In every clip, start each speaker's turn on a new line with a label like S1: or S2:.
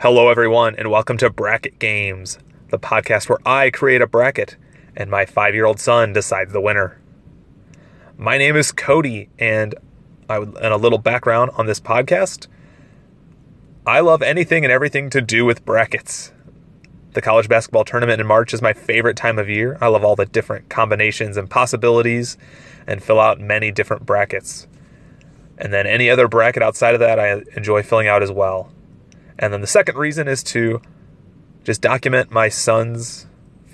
S1: Hello, everyone, and welcome to Bracket Games, the podcast where I create a bracket and my five year old son decides the winner. My name is Cody, and I would, and a little background on this podcast. I love anything and everything to do with brackets. The college basketball tournament in March is my favorite time of year. I love all the different combinations and possibilities and fill out many different brackets. And then any other bracket outside of that, I enjoy filling out as well. And then the second reason is to just document my son's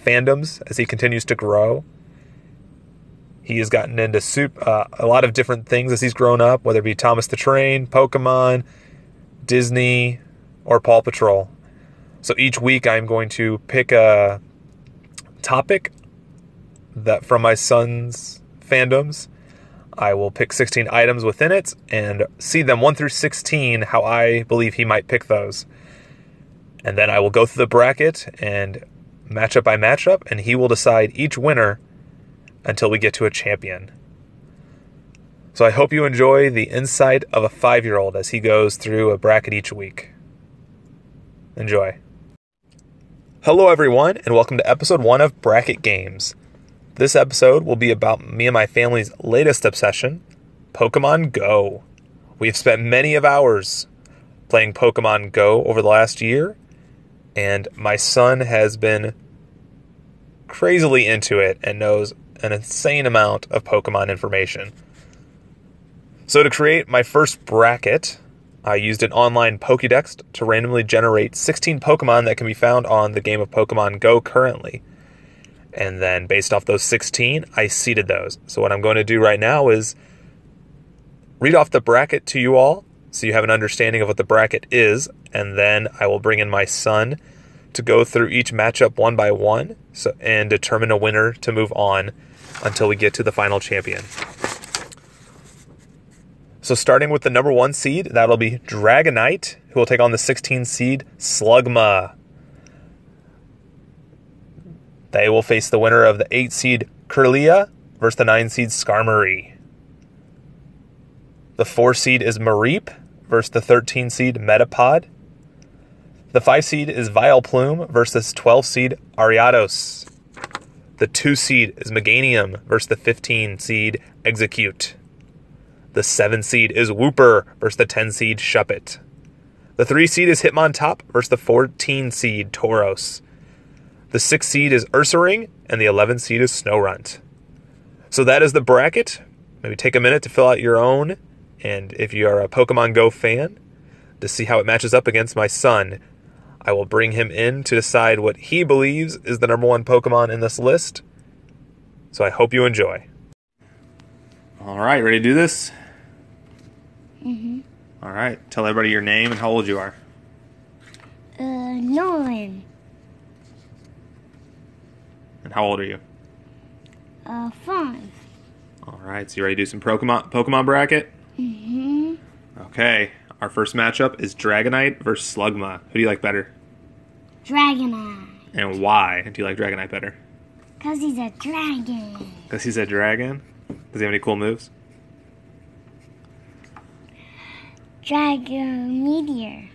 S1: fandoms as he continues to grow. He has gotten into soup, uh, a lot of different things as he's grown up, whether it be Thomas the Train, Pokemon, Disney, or Paw Patrol. So each week I'm going to pick a topic that from my son's fandoms. I will pick 16 items within it and see them 1 through 16 how I believe he might pick those. And then I will go through the bracket and matchup by matchup, and he will decide each winner until we get to a champion. So I hope you enjoy the insight of a five year old as he goes through a bracket each week. Enjoy. Hello, everyone, and welcome to episode one of Bracket Games. This episode will be about me and my family's latest obsession, Pokemon Go. We've spent many of hours playing Pokemon Go over the last year, and my son has been crazily into it and knows an insane amount of Pokemon information. So, to create my first bracket, I used an online Pokedex to randomly generate 16 Pokemon that can be found on the game of Pokemon Go currently. And then, based off those 16, I seeded those. So, what I'm going to do right now is read off the bracket to you all so you have an understanding of what the bracket is. And then I will bring in my son to go through each matchup one by one so, and determine a winner to move on until we get to the final champion. So starting with the number one seed, that'll be Dragonite, who will take on the 16 seed Slugma. They will face the winner of the 8 seed Curlia versus the 9 seed Skarmory. The 4 seed is Mareep versus the 13 seed Metapod. The 5 seed is Vileplume versus 12 seed Ariados. The 2 seed is Meganium versus the 15 seed Execute. The 7 seed is Whooper versus the 10 seed Shuppet. The 3 seed is Hitmontop versus the 14 seed Tauros. The 6 seed is Ursaring, and the 11 seed is Snowrunt. So that is the bracket. Maybe take a minute to fill out your own, and if you are a Pokemon Go fan, to see how it matches up against my son. I will bring him in to decide what he believes is the number one Pokemon in this list. So I hope you enjoy.
S2: All right, ready to do this? Mm-hmm. All right, tell everybody your name and how old you are.
S3: Uh, nine.
S2: And how old are you?
S3: Uh, five.
S2: All right, so you ready to do some Pokemon, Pokemon bracket? Mm-hmm. Okay, our first matchup is Dragonite versus Slugma. Who do you like better?
S3: Dragonite.
S2: And why do you like Dragonite better?
S3: Because he's a dragon.
S2: Because he's a dragon? Does he have any cool moves?
S3: Dragon meteor.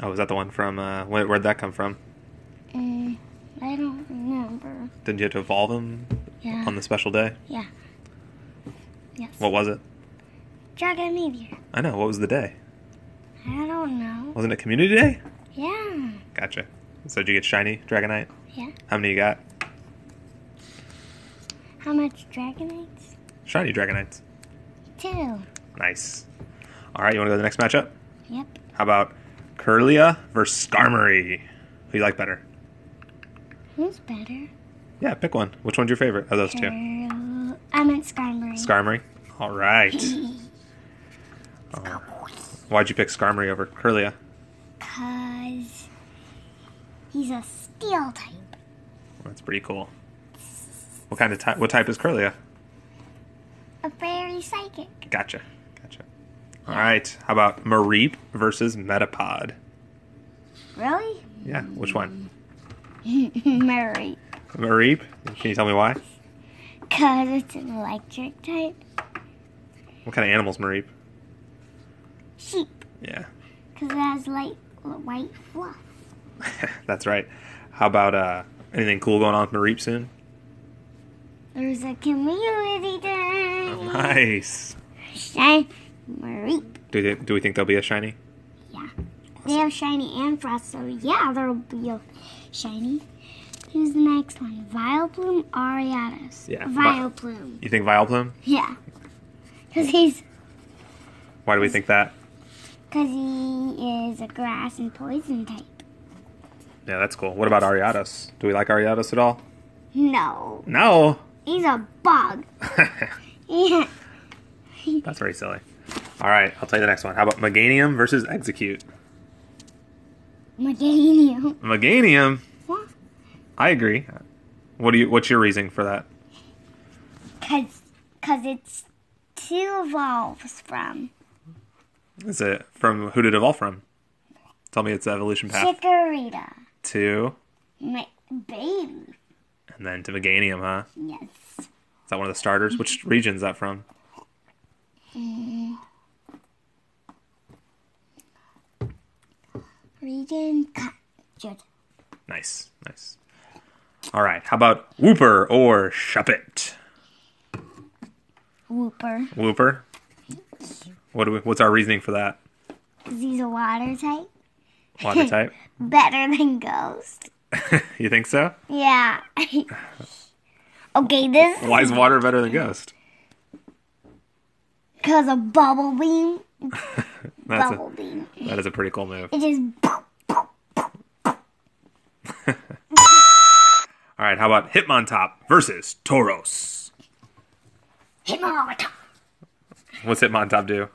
S2: Oh, is that the one from, uh, where, where'd that come from?
S3: Uh, I don't remember.
S2: Didn't you have to evolve him
S3: Yeah.
S2: on the special day?
S3: yeah. Yes.
S2: What was it?
S3: Dragon meteor.
S2: I know, what was the day?
S3: I don't know.
S2: Wasn't it Community Day?
S3: Yeah.
S2: Gotcha. So did you get Shiny Dragonite?
S3: Yeah.
S2: How many you got?
S3: How much dragonites?
S2: Shiny Dragonites.
S3: Two.
S2: Nice. All right, you want to go to the next matchup?
S3: Yep.
S2: How about Curlia versus Skarmory? Who do you like better?
S3: Who's better?
S2: Yeah, pick one. Which one's your favorite of those two?
S3: Girl. Uh, I meant Skarmory.
S2: Skarmory. All right. All right. Why'd you pick Skarmory over Curlia?
S3: Because he's a steel type.
S2: That's pretty cool. What kind of type? What type is Curlia?
S3: A fairy psychic.
S2: Gotcha. Gotcha. All right. How about Mareep versus Metapod?
S3: Really?
S2: Yeah. Which one?
S3: Murray.
S2: Mareep. Can you tell me why?
S3: Because it's an electric type.
S2: What kind of animals Mareep?
S3: Sheep.
S2: Yeah.
S3: Because it has light white fluff.
S1: That's right. How about uh, anything cool going on with Mareep soon?
S3: There's a community day.
S1: Oh, Nice.
S3: Shine, Mareep.
S1: Do, they, do we think there'll be a shiny?
S3: Yeah. They have shiny and frost, so yeah, there'll be a shiny. Here's the next one Vileplume Ariatus.
S1: Yeah, Vi-
S3: Vileplume.
S1: You think Vileplume?
S3: Yeah. Because he's.
S1: Why do we think that?
S3: Because he is a grass and poison type.
S1: Yeah, that's cool. What about Ariados? Do we like Ariados at all?
S3: No.
S1: No.
S3: He's a bug.
S1: that's
S3: Yeah.
S1: very silly. All right, I'll tell you the next one. How about Meganium versus Execute?
S3: Meganium.
S1: Meganium.
S3: What?
S1: I agree. What do you? What's your reasoning for that?
S3: Because cause it's two evolves from
S1: Is it from who did it evolve from? Tell me its evolution path
S3: Chikorita.
S1: to,
S3: My baby.
S1: and then to Meganium, huh?
S3: Yes.
S1: Is that one of the starters? Which region is that from?
S3: Regan captured.
S1: Nice, nice. All right. How about Whooper or Shuppet?
S3: Whooper.
S1: Whooper. What do we, what's our reasoning for that?
S3: Because he's a water type.
S1: Water type.
S3: Better than Ghost.
S1: you think so?
S3: Yeah. okay, this
S1: Why is water better than ghost?
S3: because of Bubble Beam.
S1: That's
S3: Bubble
S1: a,
S3: Beam.
S1: that is a pretty cool move.
S3: It just.
S1: All right. How about Hitmontop versus Tauros?
S3: Hit him over top.
S1: What's Hitmontop do?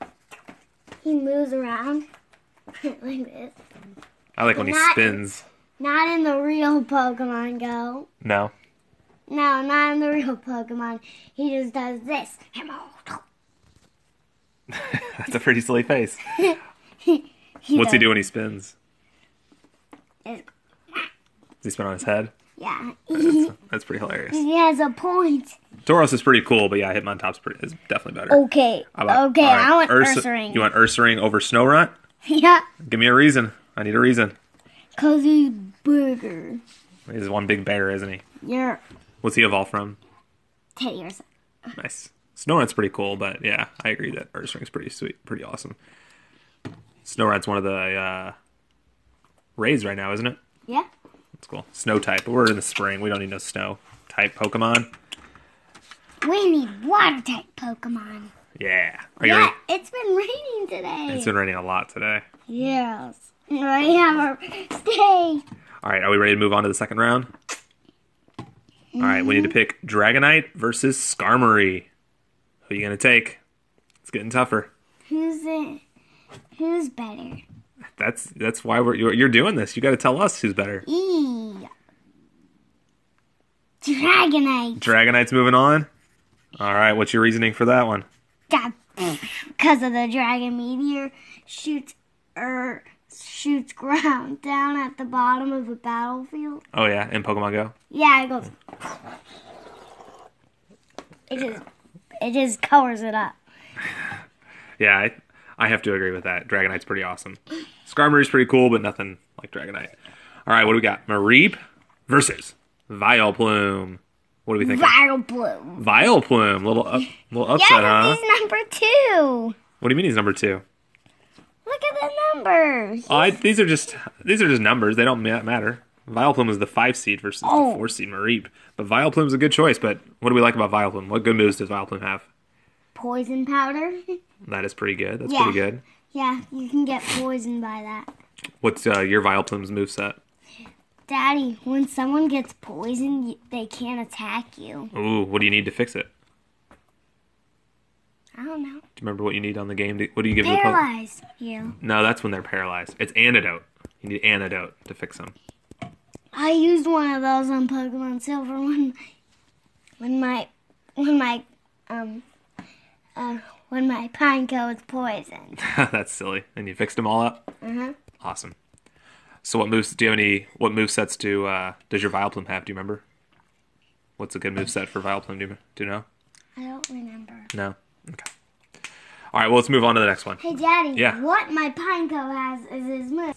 S3: He moves around like this.
S1: I like when he
S3: Not-
S1: spins.
S3: Not in the real Pokemon Go.
S1: No.
S3: No, not in the real Pokemon. He just does this. Hit him over top.
S1: That's a pretty silly face.
S3: He
S1: What's he
S3: does
S1: do when he spins?
S3: this.
S1: Does he spin on his head?
S3: Yeah. he
S1: That's pretty hilarious.
S3: has a point.
S1: Tauros is pretty cool, but yeah, Hitmontop's pretty, is definitely better.
S3: Okay.
S1: How about-
S3: Oh, okay,
S1: all right,
S3: I want
S1: Ursa-
S3: Ursaring.
S1: You want Ursaring over Snowrunt?
S3: yeah.
S1: Give me a reason. I need a reason.
S3: Because he's bigger.
S1: He's one big bear, isn't he?
S3: You're
S1: What's he evolve from?
S3: Teddy Ursa.
S1: Nice. Snowrunt's pretty cool, but yeah, I agree that Ursaring's pretty sweet, pretty awesome. Snowrunt's one of the uh, rays right now, isn't it?
S3: Yeah.
S1: That's cool. Snow type. We're in the spring. We don't need no snow type Pokemon.
S3: We need water type Pokemon.
S1: Yeah. Are you
S3: Yeah,
S1: ready?
S3: it's been raining today.
S1: It's been raining a lot today.
S3: yes. Right now, stay.
S1: All right, are we ready to move on to the second round? All right, we need to pick Dragonite versus Skarmory. Who are you going to take? It's getting tougher.
S3: Who's it? Who's better?
S1: That's that's why we're you're, you're doing this. You got to tell us who's better.
S3: E. Dragonite.
S1: Dragonite's moving on. All right, what's your reasoning for that one?
S3: Because of the dragon meteor, shoots er, shoots ground down at the bottom of a battlefield.
S1: Oh yeah, in Pokemon Go.
S3: Yeah, it goes. It just, it just covers it up.
S1: Yeah, I, I have to agree with that. Dragonite's pretty awesome. Skarmory's pretty cool, but nothing like Dragonite. All right, what do we got? Mareep versus Vileplume. What do we think?
S3: Viral blue.
S1: Vileplume, little up, little
S3: Yeah,
S1: upset, huh?
S3: but he's number two.
S1: What do you mean he's number two?
S3: Look at the numbers.
S1: Oh, I, these are just these are just numbers. They don't ma- matter. Vileplume is the five seed versus
S3: Oh.
S1: the four seed Mareep. But Vileplume's a good choice. But what do we like about Vileplume? What good moves does Vileplume have?
S3: Poison powder.
S1: That is pretty good. That's
S3: Yeah.
S1: pretty good.
S3: yeah, you can get poisoned by that.
S1: What's uh, your Vileplume's moveset?
S3: Daddy, when someone gets poisoned, y- they can't attack you.
S1: Ooh, what do you need to fix it?
S3: I don't
S1: Do
S3: know.
S1: you remember what you need on the game? To, what do you give to the Pokemon?
S3: Paralyze you.
S1: No, that's when they're paralyzed. It's antidote. You need antidote to fix them.
S3: I used one of those on Pokemon Silver when when my when my um uh, when my Pineco was poisoned.
S1: that's silly. And you fixed them all up.
S3: Uh-huh.
S1: Awesome. So what moves do you have any what move sets do uh does your Vileplume have? Do you remember? What's a good move set for Vileplume? Do you, do you know?
S3: I don't remember.
S1: No. Okay. All right, well, let's move on to the next one.
S3: Hey, Daddy.
S1: Yeah.
S3: What my Pineco has is his move.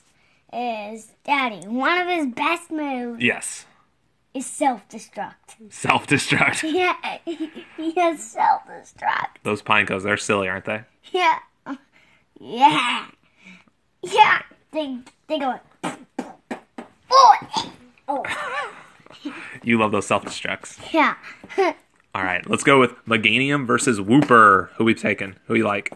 S3: is Daddy. One of his best moves
S1: Yes.
S3: is self destruct.
S1: Self destruct.
S3: Yeah, he has self destruct.
S1: Those pinecos, they're silly, aren't they?
S3: Yeah, yeah, yeah. They they go. Oh, oh.
S1: You love those self destructs.
S3: yeah.
S1: All right, let's go with Meganium versus Whooper. Who we taking? Who you like?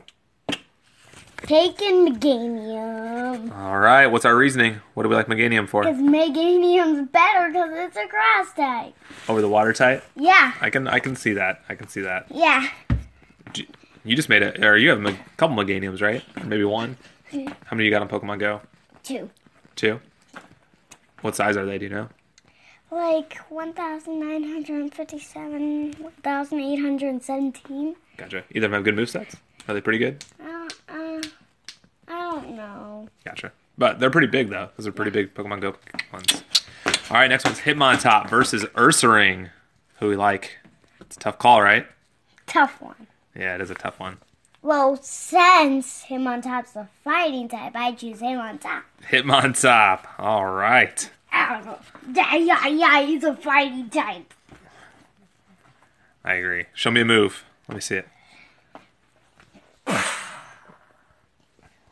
S3: Taking Meganium.
S1: All right, what's our reasoning? What do we like Meganium for?
S3: Because Meganium's better because it's a grass type.
S1: Over the water type?
S3: Yeah,
S1: I can I can see that. I can see that.
S3: yeah.
S1: J- You just made it, or you have a Meg- couple Meganiums, right? Or maybe one. How many you got on Pokemon Go?
S3: Two.
S1: Two. What size are they? Do you know?
S3: Like 1,957, 1,817.
S1: Gotcha. Either of them have good movesets? Are they pretty good?
S3: Uh, uh, I don't know.
S1: Gotcha. But they're pretty big though. Those are pretty big Pokemon Go ones. All right, next one's Hitmontop versus Ursaring. Who we like? It's a tough call, right?
S3: Tough one.
S1: Yeah, it is a tough one.
S3: Well, since him on top's the fighting type, I choose him on top.
S1: Hitmontop. All right.
S3: I don't know. Yeah, yeah, yeah, he's a fighting type.
S1: I agree. Show me a move. Let me see it.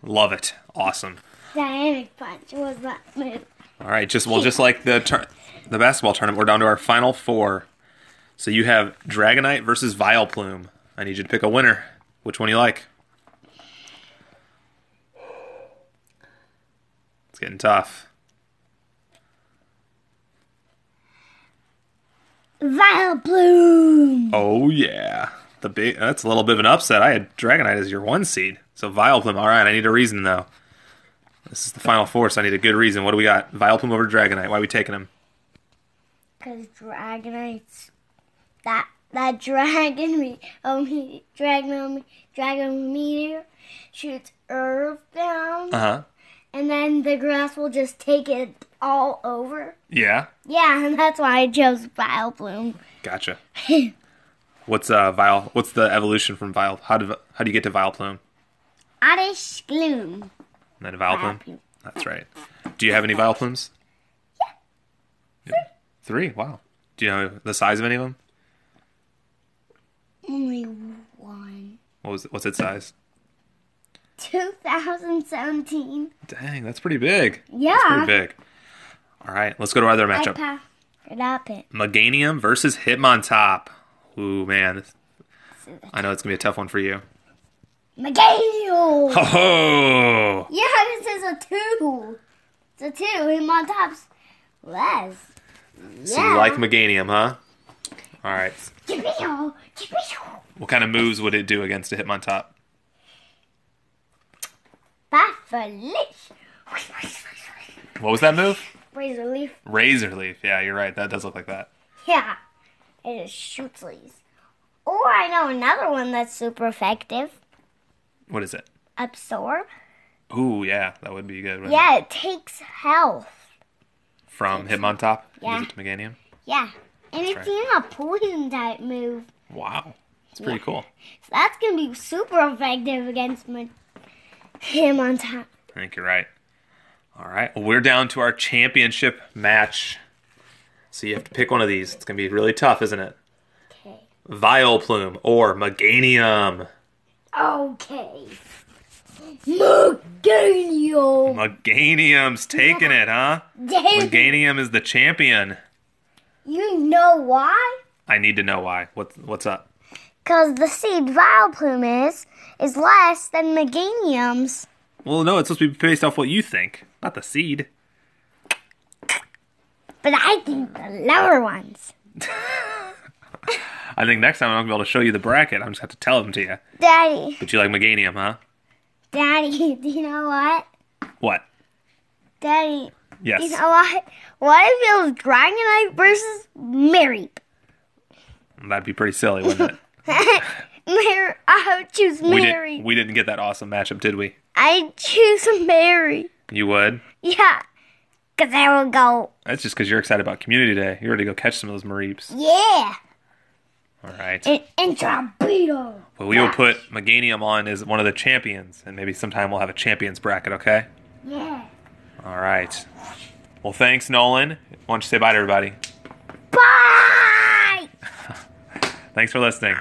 S1: Love it. Awesome.
S3: Dynamic punch was that move.
S1: All right, just well, just like the tur- the basketball tournament, we're down to our final four. So you have Dragonite versus Vileplume. I need you to pick a winner. Which one you like? It's getting tough.
S3: Vile Bloom!
S1: Oh yeah, the big. That's a little bit of an upset. I had Dragonite as your one seed. So Vileplume. All right, I need a reason though. This is the final four, so I need a good reason. What do we got? Vileplume over Dragonite. Why are we taking him?
S3: Because Dragonite's. That that dragon, me, um, he, dragon, dragon meteor shoots earth down,
S1: Uh huh.
S3: and then the grass will just take it all over.
S1: Yeah.
S3: Yeah, and that's why I chose Vile Bloom.
S1: Gotcha. what's uh vile? What's the evolution from vile? How do how do you get to vile plume?
S3: Oddish Gloom.
S1: And then vile
S3: Vile
S1: plume.
S3: Plume.
S1: That's right. Do you have any vile plumes? Yeah. Three. Wow. Do you know the size of any of them?
S3: Only one.
S1: What was what's its size?
S3: 2017.
S1: Dang, that's pretty big.
S3: Yeah.
S1: Pretty big. All right, let's go to our other
S3: I
S1: matchup.
S3: powered up it.
S1: Meganium versus Hitmontop. Ooh man, this- I know it's gonna be a tough one for you.
S3: Meganium!
S1: Ho ho!
S3: Yeah, this is a two. It's a two. Him on top's less.
S1: So you like Meganium, huh? All right.
S3: Meganium?
S1: What kind of moves would it do against a Hitmontop?
S3: Baffalish.
S1: What was that move?
S3: Razor leaf.
S1: Razor leaf. Yeah, you're right. That does look like that.
S3: Yeah. It just shoots leaves. Or Oh, I know another one that's super effective.
S1: What is it?
S3: Absorb.
S1: Ooh, yeah, that would be good. wouldn't it?
S3: Yeah, it takes health.
S1: From Hitmontop.
S3: Yeah.
S1: Gives it to Meganium.
S3: Yeah. And it's
S1: right.
S3: even a poison type move.
S1: Wow, it's pretty cool.
S3: So that's gonna be super effective against my, him on top.
S1: I think you're right. All right, well, we're down to our championship match. So you have to pick one of these. It's gonna be really tough, isn't it?
S3: Okay.
S1: Vileplume or Meganium.
S3: Okay. Meganio.
S1: Meganium's taking it, huh?
S3: David,
S1: Meganium is the champion.
S3: you know why?
S1: I need to know why. What's what's up?
S3: Because the seed Vileplume is is less than Meganium's.
S1: Well, no, it's supposed to be based off what you think, not the seed.
S3: But I think the lower ones.
S1: I think next time I'm not gonna be able to show you the bracket. I'm just gonna have to tell them to you.
S3: Daddy,
S1: But you like Meganium, huh?
S3: Daddy, do you know what?
S1: What?
S3: Daddy,
S1: Yes.
S3: you know what? What if it was Dragonite versus Mary?
S1: That'd be pretty silly, wouldn't it?
S3: Mary, I would choose
S1: we,
S3: Mary.
S1: didn't, we didn't get that awesome matchup, did we?
S3: I choose Mary.
S1: You would?
S3: Yeah, because I will go,
S1: That's just because you're excited about Community Day. You're ready to go catch some of those Mareeps.
S3: yeah,
S1: All right.
S3: and, and Trompeto.
S1: Well, we will put Meganium on as one of the champions, and maybe sometime we'll have a champions bracket, okay?
S3: Yeah.
S1: All All right. Well, thanks, Nolan. Why don't you say bye to everybody?
S3: Bye!
S1: Thanks for listening.